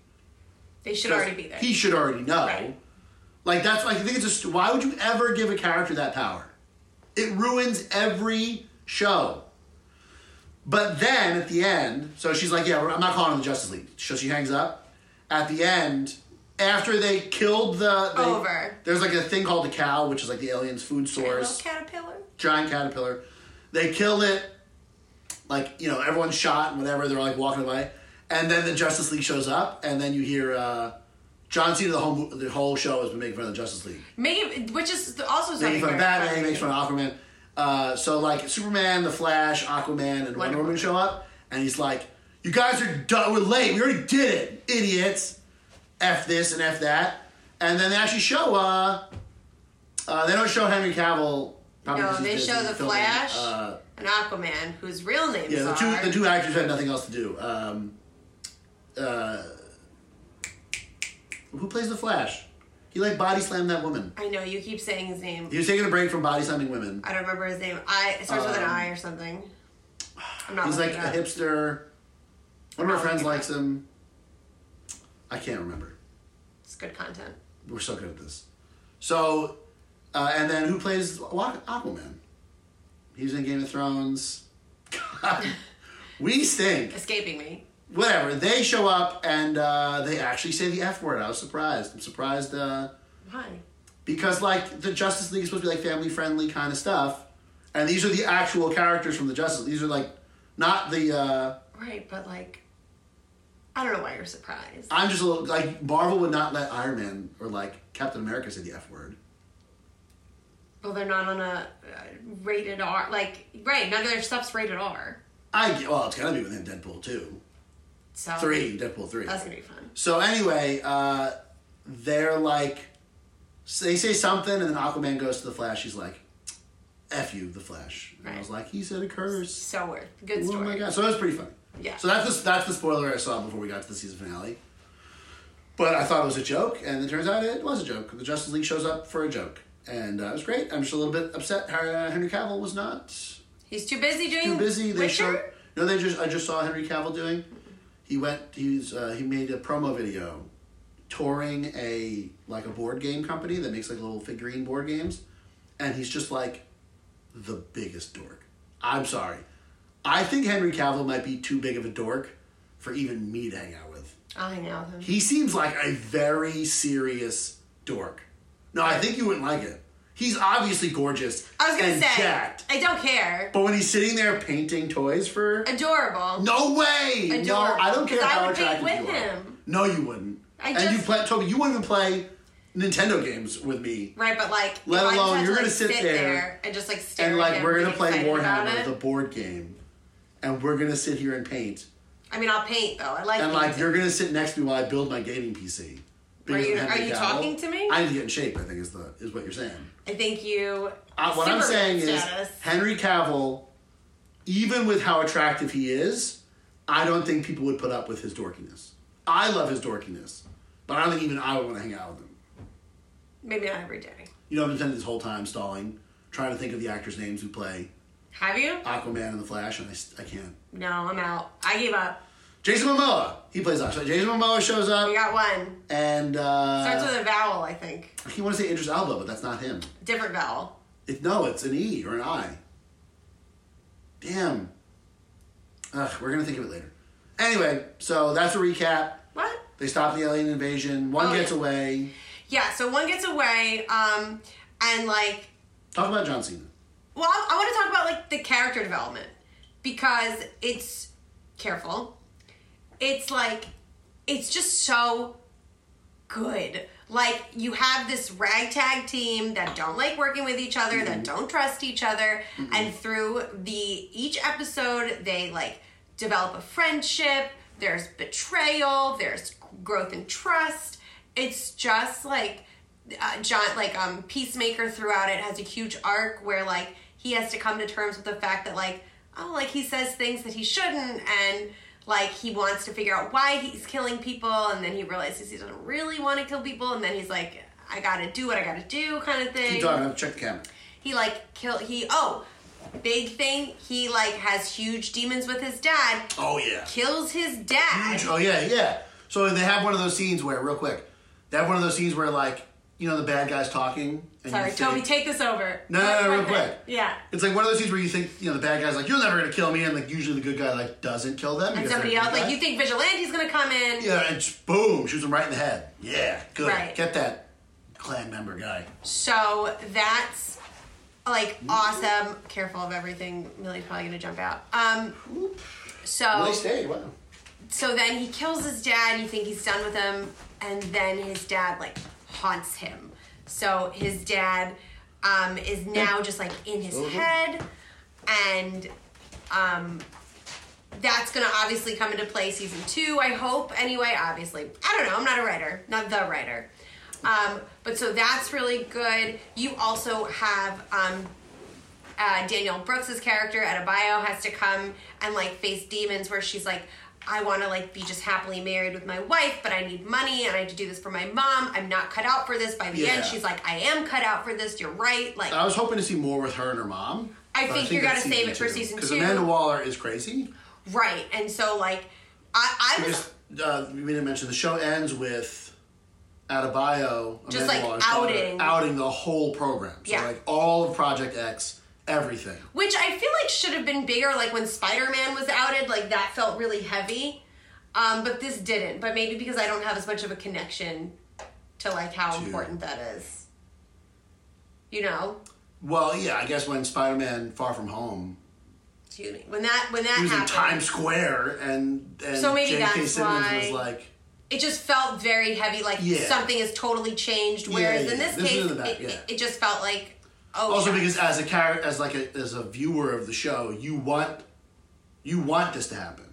they should already be there.
he should already know.
Right.
Like that's I think it's just why would you ever give a character that power? It ruins every show. But then at the end, so she's like, "Yeah, I'm not calling on the Justice League." So she hangs up. At the end, after they killed the they-
Over.
there's like a thing called the cow, which is like the aliens' food
Little
source,
caterpillar.
giant caterpillar. They killed it. Like you know, everyone's shot and whatever. They're like walking away, and then the Justice League shows up, and then you hear uh, John Cena. The whole mo- the whole show has been making fun of the Justice League.
Maybe, which is also something.
Making fun of
very
Batman,
funny.
makes fun of Aquaman. Uh, so like Superman, the Flash, Aquaman, and Wonder
Wonder
Woman show up, and he's like, "You guys are done. We're late. We already did it, idiots. F this and f that." And then they actually show. Uh, uh, they don't show Henry Cavill. probably
No,
because
they
he's
show
busy
the
filming,
Flash
uh,
and Aquaman, whose real names
yeah, the
are.
two the two actors had nothing else to do. Um, uh, who plays the Flash? He like body slammed that woman.
I know you keep saying his name.
He was taking a break from body slamming women.
I don't remember his name. I it starts with an
Um,
I or something. I'm not.
He's like
looking
a
it up.
hipster. One of our
Oh,
friends
yeah.
likes him. I can't remember.
It's good content.
We're so good at this. So, uh, and then who plays Wa- Aquaman? He's in Game of Thrones. God, we stink.
Escaping me.
whatever. They show up and uh, they actually say the F word. I was surprised. I'm surprised uh,
Why?
because like the Justice League is supposed to be like family friendly kind of stuff, and these are the actual characters from the Justice. League. These are like not the. Uh,
Right, but like, I don't know why you're surprised.
I'm just a little like Marvel would not let Iron Man or like Captain America say the F word.
Well, they're not on a uh, rated R. Like, right, none of their stuff's rated R.
I get- well, it's gotta be within Deadpool two,
So
three, Deadpool three.
That's gonna be fun.
So anyway, uh, they're like, so they say something, and then Aquaman goes to the Flash. He's like, "F you, the Flash." And I was like, "He said a curse."
So worth. Good
Oh
story.
my god! So it was pretty funny.
Yeah.
So that's the, that's the spoiler I saw before we got to the season finale. But I thought it was a joke, and it turns out it was a joke. The Justice League shows up for a joke, and uh, it was great. I'm just a little bit upset. uh, Henry Cavill was not
He's too busy doing.
too busy. They
Witcher?
showed. No, they just. I just saw Henry Cavill doing. He went. He's. Uh, he made a promo video, touring a like a board game company that makes like little figurine board games, and he's just like, the biggest dork. I'm sorry. I think Henry Cavill might be too big of a dork for even me to hang out with.
I know him.
He seems like a very serious dork. No, I think you wouldn't like it. He's obviously gorgeous.
I was gonna
and
say.
jacked.
I don't care.
But when he's sitting there painting toys for
Adorable.
no way. No,
Adorable.
I don't care
'Cause I
how
would paint
attractive
with
you are.
him.
No, you wouldn't.
I
and you
just-
play Toby. You wouldn't even play Nintendo games with me.
Right, but like,
Let
if I just
alone
had to,
you're
like,
gonna sit there
and just like stare.
And
at
like
him,
we're
get
gonna play
excited about
Warhammer,
it.
the board game, and we're gonna sit here and paint.
I mean, I'll paint though. I like.
And like
painting.
you're gonna sit next to me while I build my gaming PC.
Are
Because
you-
I'm Henry
are you
Cavill.
talking to me?
I need to get in shape. I think is the is what you're saying.
I think you.
I, Uh, what I'm
Superman
saying
status.
is Henry Cavill, even with how attractive he is, I don't think people would put up with his dorkiness. I love his dorkiness, but I don't think even I would want to hang out with him.
maybe not every day.
You know, I've been spending this whole time stalling, trying to think of the actors' names who play
Have you?
Aquaman and the Flash, and I, s- I can't.
No, I'm out. I gave up.
Jason Momoa, he plays Aquaman. Jason Momoa shows
We
up,
got one.
and
Starts
uh,
with a vowel, I think.
he want to say Idris Elba, but that's not him.
Different vowel.
It, no, it's an E or an I. Damn. Ugh, we're gonna think of it later. Anyway, so that's a recap.
What?
They stop the alien invasion. One
Oh,
gets
yeah.
away.
Yeah. So one gets away, um, and like,
Talk about John Cena.
well, I, I want to talk about like the character development because it's careful. It's like, it's just so good. Like you have this ragtag team that don't like working with each other, that don't trust each other, and through the each episode they like develop a friendship. There's betrayal. There's growth and trust. It's just like uh, John, like um, Peacemaker throughout it has a huge arc where like he has to come to terms with the fact that like oh like he says things that he shouldn't and like he wants to figure out why he's killing people and then he realizes he doesn't really want to kill people and then he's like i gotta do what i gotta do kind of thing
Keep talking. I'll Check the camera.
he like kill he oh big thing he like has huge demons with his dad
Oh yeah.
kills his dad
Oh yeah, yeah. So they have one of those scenes where, real quick, they have one of those scenes where, like, you know, the bad guy's talking. And
sorry
you
toby
think-
take this over
No, no, no, real quick.
yeah
It's like one of those scenes where you think, you know, the bad guy's like, "You're never gonna kill me," and like usually the good guy like doesn't kill them.
and
because they're
somebody
a good
else like
guy.
you think vigilante's gonna come in
Yeah, and just boom, shoots him right in the head. Yeah, good.
Right.
Get that clan member guy.
So that's like awesome. Careful of everything. Millie's probably gonna jump out. Um, so
stayed. Wow.
so then he kills his dad. You think he's done with him, and then his dad like haunts him. So his dad um, is now just like in his
Mhm.
head, and um, that's gonna obviously come into play season two. I hope anyway. Obviously, I don't know. I'm not a writer, not the writer. Um, but so that's really good. You also have um, uh, Daniel Brooks's character at Abayo has to come and like face demons where she's like, I want to like be just happily married with my wife, but I need money and I need to do this for my mom. I'm not cut out for this. By the
Yeah.
end, she's like, I am cut out for this. You're right. Like,
I was hoping to see more with her and her mom.
I
but
think you gotta
that's
save
season
it for season
Because
two.
Amanda Waller is crazy.
right. And so like, I, I was
Because uh, we didn't mention the show ends with Adebayo, Amanda
Just, like,
Waller's daughter,
outing.
outing the whole program. So
Yeah.
like all of Project X, everything.
which I feel like should have been bigger. Like when Spider Man was outed, like that felt really heavy. Um, but this didn't. But maybe because I don't have as much of a connection to like how important that is. You know,
Well, yeah, I guess when Spider Man Far From Home
excuse me. When that when that
he was in
happened,
Times Square and, and
So maybe
J.K.
that's
Simmons was
why-
like,
it just felt very heavy. Like
Yeah.
something has totally changed. Whereas
yeah,
in this,
this is
case,
in the back,
it,
yeah.
it, it just felt like oh.
Also,
yeah.
because as a character, as like a as a viewer of the show, you want you want this to happen.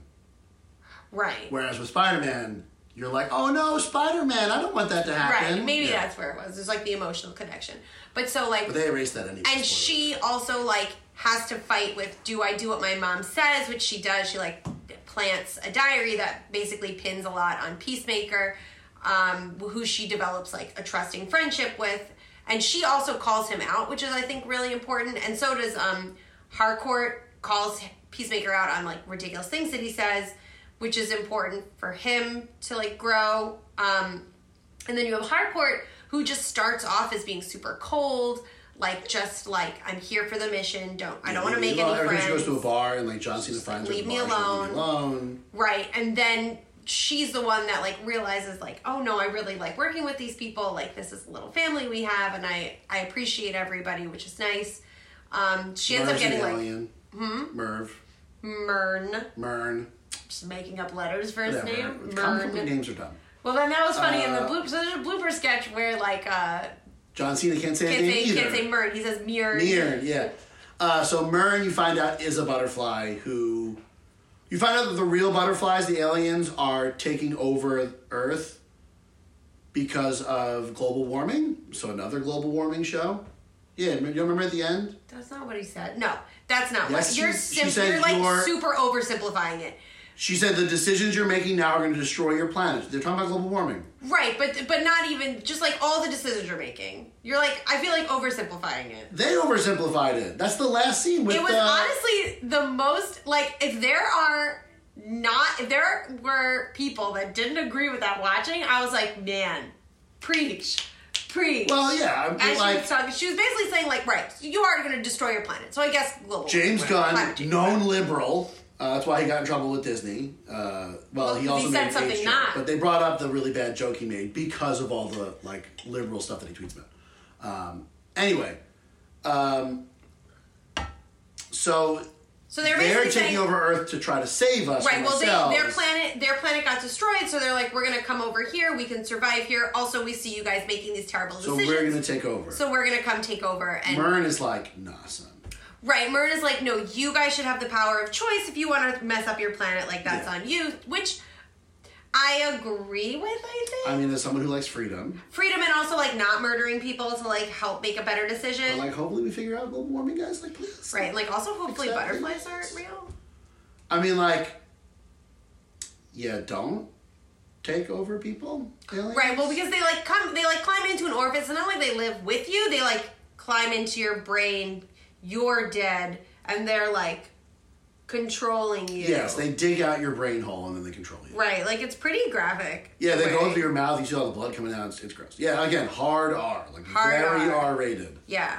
right.
Whereas with Spider Man, you're like, oh no, Spider Man, I don't want that to happen.
Right. Maybe
Yeah.
that's where it was. There's like the emotional connection. But so like
But they erased that anyway.
and she also like has to fight with do I do what my mom says, which she does. She like plants a diary that basically pins a lot on Peacemaker, um, who she develops like a trusting friendship with. And she also calls him out, which is I think really important. And so does um, Harcourt calls Peacemaker out on like ridiculous things that he says, which is important for him to like grow. Um, and then you have Harcourt, who just starts off as being super cold, like just like I'm here for the mission. Don't I don't want to make
Well,
any
every time She goes to a
friends,
bar and like John Cena finds her. at
leave
the bar,
me
she's like, "Leave alone.
right? And then she's the one that like realizes like oh no i really like working with these people like this is a little family we have and i i appreciate everybody which is nice um she ends up
Merv's an
getting like hmm?
alien. Merv,
mern
Mern.
just making up letters for his
Whatever.
name
Comic book
mern
names are dumb.
well then that was funny in the
Uh,
blooper so there's a blooper sketch where like uh
John Cena can't say
can't say
anything
can't
either.
say mern he says mern
Myrn, yeah. Uh, so Myrn, you find out, is a butterfly who. You find out that the real butterflies, the aliens, are taking over Earth because of global warming. So another global warming show. Yeah, you remember at the end?
That's not what he said. No, that's not
Yes,
what you're.
she- she
sim-
said
you're like
you're-
super oversimplifying it,
She said the decisions you're making now are going to destroy your planet. They're talking about global warming.
right? But but not even just like all the decisions you're making. You're like I feel like oversimplifying it.
They oversimplified it. That's the last scene with uh,
It was
the.
honestly the most like if there are not if there were people that didn't agree with that watching, I was like, man, preach, preach.
well, yeah. I'm-
As she
like,
was talking, she was basically saying like, right, you are going to destroy your planet. So I guess global
James
warming,
Gunn,
climate change.
known liberal. Uh, that's why he got in trouble with Disney. Uh, well, he
he
also
said
made an
something
AIDS joke,
not.
but they brought up the really bad joke he made because of all the like liberal stuff that he tweets about. Um, anyway, um, so
So they're
they're
basically
taking
saying,
over Earth to try to save us.
Right.
from
Well,
ourselves.
they, their planet their planet got destroyed, so they're like, we're gonna come over here. We can survive here. Also, we see you guys making these terrible
So
decisions.
we're gonna take over.
so we're gonna come take over. And
Mern is like, nah, son.
right, Myrn is like, no, you guys should have the power of choice. If you want to mess up your planet, like that's
Yeah.
on you. Which I agree with. I think
I mean, there's someone who likes freedom.
freedom and also like not murdering people to like help make a better
But,
decision.
like, hopefully, we figure out global warming, guys. Like, please.
right. Like also, hopefully,
Exactly.
butterflies aren't real.
I mean, like, yeah, don't take over people. aliens.
Right. Well, because they like come, they like climb into an orifice, and not only they live with you, they like climb into your brain. You're dead, and they're like controlling you.
yes, they dig out your brain hole and then they control you.
right. Like it's pretty graphic.
Yeah, they go
Right.
into your mouth. You see all the blood coming out. It's, it's gross. Yeah, again, hard R, like
Hard
very
R.
rated.
Yeah.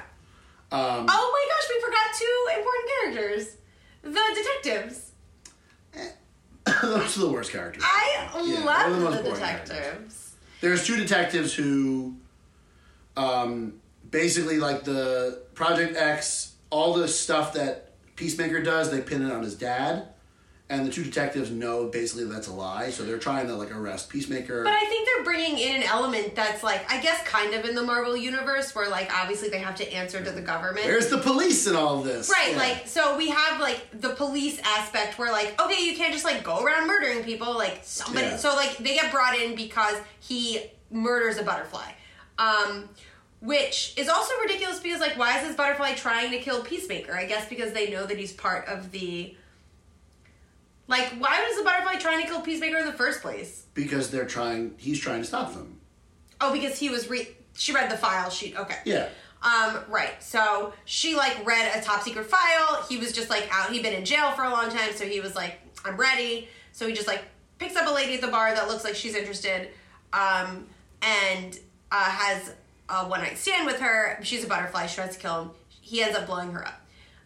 Um, oh my gosh, we forgot two important characters, the detectives.
Eh, Those are the worst characters.
I
Yeah, they're the
love
most
the,
boring
detectives.
There's two detectives who, um, basically like the Project X, all the stuff that Peacemaker does, they pin it on his dad. And the two detectives know basically that's a lie, so they're trying to like arrest Peacemaker.
But I think they're bringing in an element that's like, I guess, kind of in the Marvel universe, where like obviously they have to answer to the government.
Where's the police in all of this?
Right,
Yeah.
like so we have like the police aspect where like okay, you can't just like go around murdering people like somebody.
Yeah.
So like they get brought in because he murders a butterfly. Um which is also ridiculous because like why is this butterfly trying to kill Peacemaker? I guess because they know that he's part of the like why was the butterfly trying to kill Peacemaker in the first place?
because they're trying. He's trying to stop them.
Oh, because he was re she read the file sheet. Okay.
Yeah,
Um, right. So she like read a top secret file. He was just like out. He'd been in jail for a long time, so he was like, "I'm ready." So he just like picks up a lady at the bar that looks like she's interested, um, and uh, has a one night stand with her. She's a butterfly. She tries to kill him. He ends up blowing her up.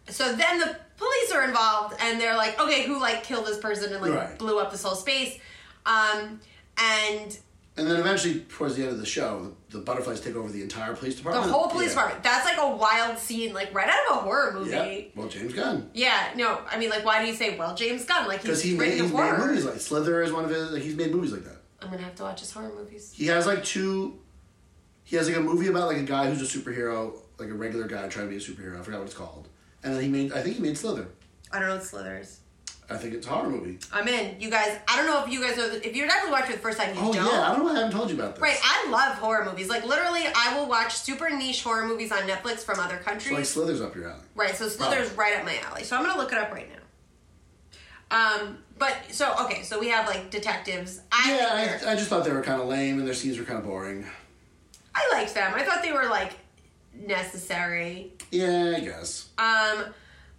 So then the police are involved, and they're like, "Okay, who like killed this person and like
Right.
blew up this whole space?" Um, and
And then eventually, towards the end of the show, the, the butterflies take over the entire police
the
department.
whole police
Yeah.
department. That's like a wild scene, like right out of a horror movie.
Yeah. Well, James Gunn.
Yeah, no, I mean, like, why do you say, well, James Gunn? Like, he's,
Because he made,
written
he's made
horror.
movies like Slither is one of his. Like he's made movies like that.
I'm gonna have to watch his horror movies.
He has like two. He has like a movie about like a guy who's a superhero, like a regular guy trying to be a superhero. I forgot what it's called. And then he made. I think he made Slither.
I don't know what Slithers.
I think it's a horror movie.
I'm in. You guys, I don't know if you guys know, if you're definitely watching for the first time, you
Oh
don't.
yeah, I don't know. Why I haven't told you about this.
Right, I love horror movies. Like, literally, I will watch super niche horror movies on Netflix from other countries.
Like Slither's up your alley.
Right, so Slither's right up my alley. So I'm gonna look it up right now. Um, but so okay, so we have like detectives. I think
Yeah,
they're-
I, I just thought they were kind of lame and their scenes were kind of boring.
I liked them. I thought they were like necessary.
Yeah, I guess.
Um,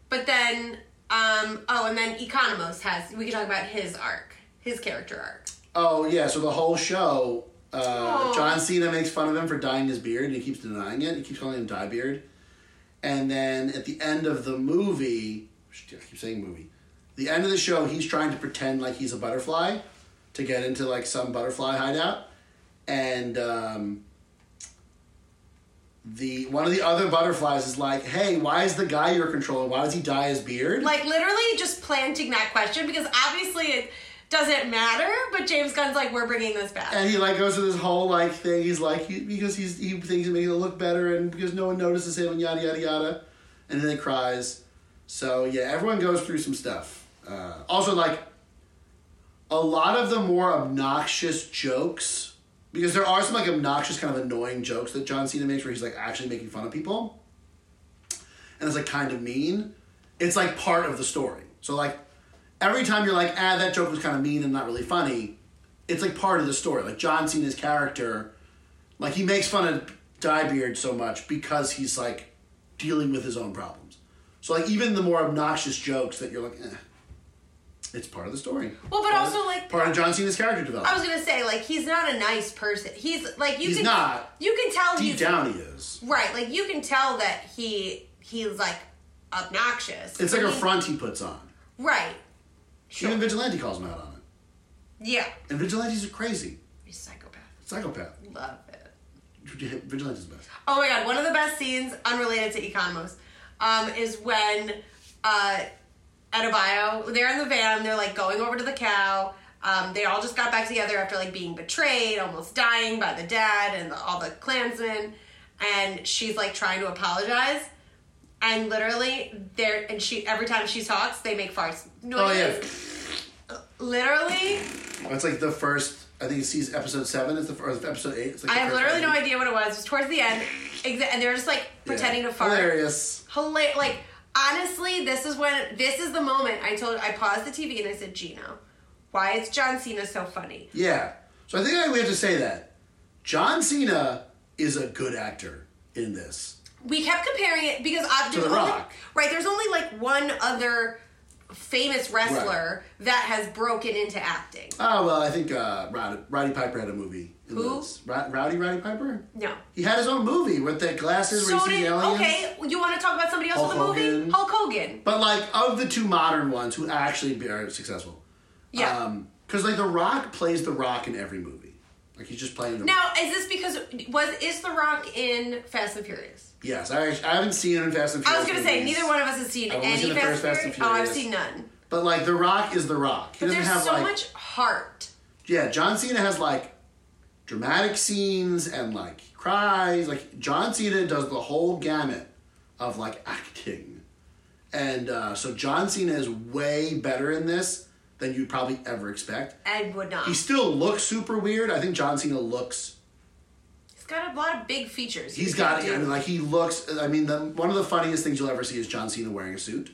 but then um, oh, and then Economos has. We can talk about his arc, his character arc.
Oh yeah, so the whole show, uh,
Oh.
John Cena makes fun of him for dyeing his beard, and he keeps denying it. He keeps calling him dye beard, and then at the end of the movie, I keep saying movie, the end of the show, he's trying to pretend like he's a butterfly to get into like some butterfly hideout, and um, the one of the other butterflies is like, "Hey, why is the guy you're controlling? Why does he dye his beard?"
Like literally just planting that question because obviously it doesn't matter. But James Gunn's like, we're bringing this back.
And he like goes through this whole like thing. He's like he, because he's he thinks he's making it look better, and because no one notices him, and yada yada yada. And then he cries. So yeah, everyone goes through some stuff. Uh, also, like a lot of the more obnoxious jokes, because there are some like obnoxious, kind of annoying jokes that John Cena makes, where he's like actually making fun of people, and it's like kind of mean. It's like part of the story. So like every time you're like, ah, that joke was kind of mean and not really funny it's like part of the story. Like John Cena's character, like he makes fun of Diebeard so much because he's like dealing with his own problems. So like even the more obnoxious jokes that you're like, eh, it's part of the story.
well, but
Part
also
of-
like
part of John Cena's character
I
development.
was gonna say, like, he's not a nice person. He's like you
He's
can
not.
you can tell
Deep
he's
down, he is.
right, like you can tell that he he's like obnoxious.
It's like a
He-
front he puts on.
Right. Sure.
Even Vigilante calls him out on it.
Yeah.
And Vigilantes are crazy.
He's a psychopath.
Psychopath.
Love it.
Vigilante's the best.
Oh my god, one of the best scenes, unrelated to Economos, um, is when uh Adebayo, they're in the van, they're like going over to the cow. Um, they all just got back together after like being betrayed, almost dying by the dad and the, all the clansmen, and she's like trying to apologize. And literally, there and she every time she talks, they make farce
Oh yeah,
noises. Literally,
that's like the first. I think it's season episode seven. It's the first episode eight. It's like
I
the
have
first
literally no
episode.
idea what it was. It was towards the end, Exa- and they were just like
Yeah.
pretending to fart.
Hilarious.
Hila- like honestly, this is when this is the moment I told I paused the TV and I said, Gino, why is John Cena so funny?
Yeah. So I think I- we have to say that John Cena is a good actor in this.
We kept comparing it because I've
To
there's
The
only,
Rock.
right. There's only like one other famous wrestler that has broken into acting.
Oh well, I think uh, Rowdy, Roddy Piper had a movie. In
Who?
this. Ro- Rowdy Roddy Piper?
No.
He had his own movie with the glasses where
So
you see
did
the aliens.
okay. You want to talk about somebody else
Hulk
in the
Hogan.
movie? Hulk Hogan.
But like of the two modern ones who actually be- are successful,
Yeah.
because like The Rock plays The Rock in every movie. Like he's just playing. The
now is this because was is The Rock in Fast and Furious?
Yes, I, I haven't seen him in Fast and
I
Furious. Oh,
was gonna say
movies.
neither one of us has seen
I've only
any
seen the
Fast,
first Fast and
Furious. Oh, I've
Furious.
seen none.
But like The Rock is The Rock. He
But
doesn't
there's
have
so
like
much heart.
Yeah, John Cena has like dramatic scenes and like he cries. Like John Cena does the whole gamut of like acting, and uh, so John Cena is way better in this than you'd probably ever expect.
and would not.
He
He's
still looks super weird. I think John Cena looks.
got a lot of big features.
He's
He
got.
can
I
do.
mean, like he looks. I mean, the, one of the funniest things you'll ever see is John Cena wearing a suit.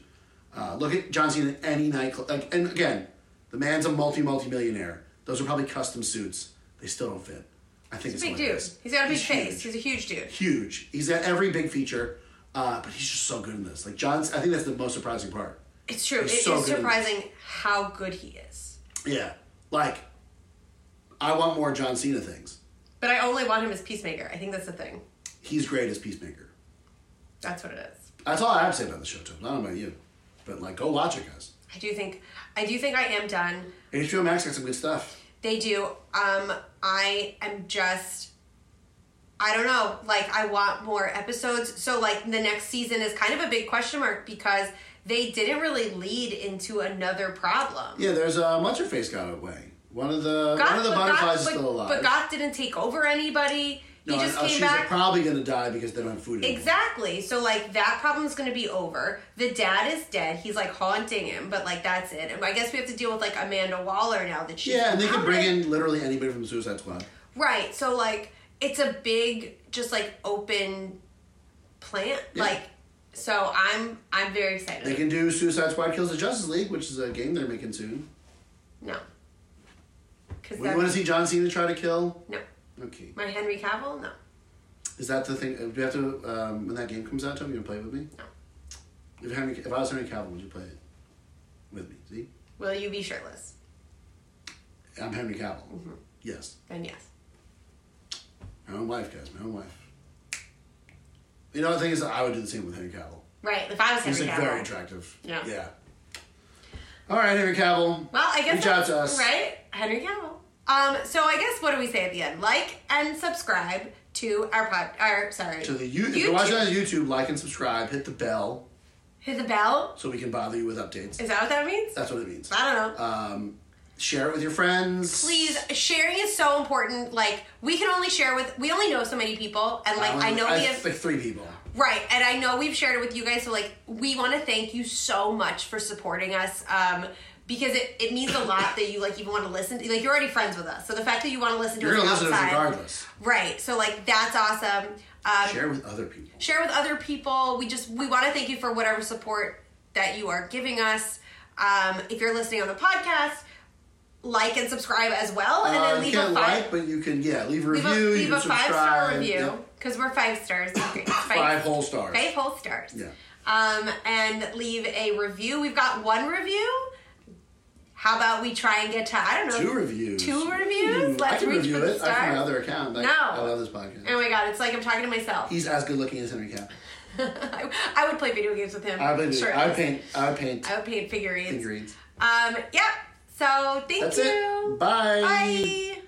Uh, look at John Cena in any nightclub. Like, and again, the man's a multi multi millionaire. Those are probably custom suits. They still don't fit. I think
He's
it's
a big dude.
hilarious.
He's got a big
huge.
face. He's a huge dude.
Huge. He's at every big feature, uh, but he's just so good in this. Like John's, I think that's the most surprising part.
It's true. It
He's
is
so good in
surprising how good he is.
Yeah, like I want more John Cena things.
But I only want him as peacemaker. I think that's the thing.
He's great as Peacemaker.
That's what it is.
That's all I have to say about the show, Tim. I don't know about you, but like go watch it, guys.
I do think I do think I am done.
HBO Max got some good stuff.
They do. Um, I am just. I don't know. Like, I want more episodes. So, like, the next season is kind of a big question mark because they didn't really lead into another problem.
Yeah, there's uh, much your face got away. One of the one of the
but
butterflies is
but,
still alive.
But God didn't take over anybody. He
no, and,
just
oh,
came
she's
back.
probably gonna die because they don't have food anymore.
Exactly. So like that problem's gonna be over. The dad is dead. He's like haunting him, but like that's it. And I guess we have to deal with like Amanda Waller now that she's
Yeah, and they could bring
incompetent.
in literally anybody from Suicide Squad.
right. So like it's a big, just like open plant. Like so, I'm I'm very excited.
They can do Suicide Squad Kills the Justice League, which is a game they're making soon.
no, because
We want to see John Cena try to kill.
no
Okay,
my Henry Cavill no.
is that the thing? uh, Do we have to um, when that game comes out? Tom, you gonna play it with me?
No.
If Henry, if I was Henry Cavill, would you play it with me? See,
Will you be shirtless?
I'm Henry Cavill.
Mm-hmm.
Yes,
Then yes.
my own wife, guys, my own wife. You know, the thing is, I would do the same with Henry Cavill.
Right. If I was
He's
Henry
like
Cavill.
very attractive.
Yeah.
Yeah. All right, Henry Cavill.
Well, I guess
Reach out to
that's-
us.
right? Henry Cavill. Um, so I guess what do we say at the end? Like and subscribe to our pod. Our sorry.
To the you, if you're watching on YouTube, like and subscribe, hit the bell
Hit the bell.
so we can bother you with updates.
Is that what that means?
That's what it means.
I don't know.
Um, share it with your friends.
Please, sharing is so important. Like we can only share with we only know so many people, and like
only-
I know
I,
we have
like three people.
Right, and I know we've shared it with you guys, so like we want to thank you so much for supporting us. Um because it, it means a lot that you like even want to listen to like you're already friends with us. So the fact that you want to listen to
You're
us
gonna listen to us
outside,
regardless.
Right. So like that's awesome. Um
Share with other people.
share with other people. We just we want to thank you for whatever support that you are giving us. Um if you're listening on the podcast, like and subscribe as well and
Uh,
then
you
leave
can't
a five
like, but you can yeah leave a
leave
review.
a,
you
leave
can
a five star
subscribe.
review
Yeah.
because we're five stars.
Five whole stars.
Five whole stars.
Yeah.
Um, and leave a review. We've got one review. How about we try and get to I don't know
Two reviews.
Two reviews.
Ooh, I
Let's
can
reach
review
for
it.
the
I have my
stars.
other account. I,
No.
I love this podcast.
Oh my god, it's like I'm talking to myself.
He's as good looking as Henry Cavill.
I, I would play video games with him.
I would.
Sure.
I would paint. I would paint
I would paint figurines.
figurines.
Um, yep. So thank
That's
you.
it.
Bye.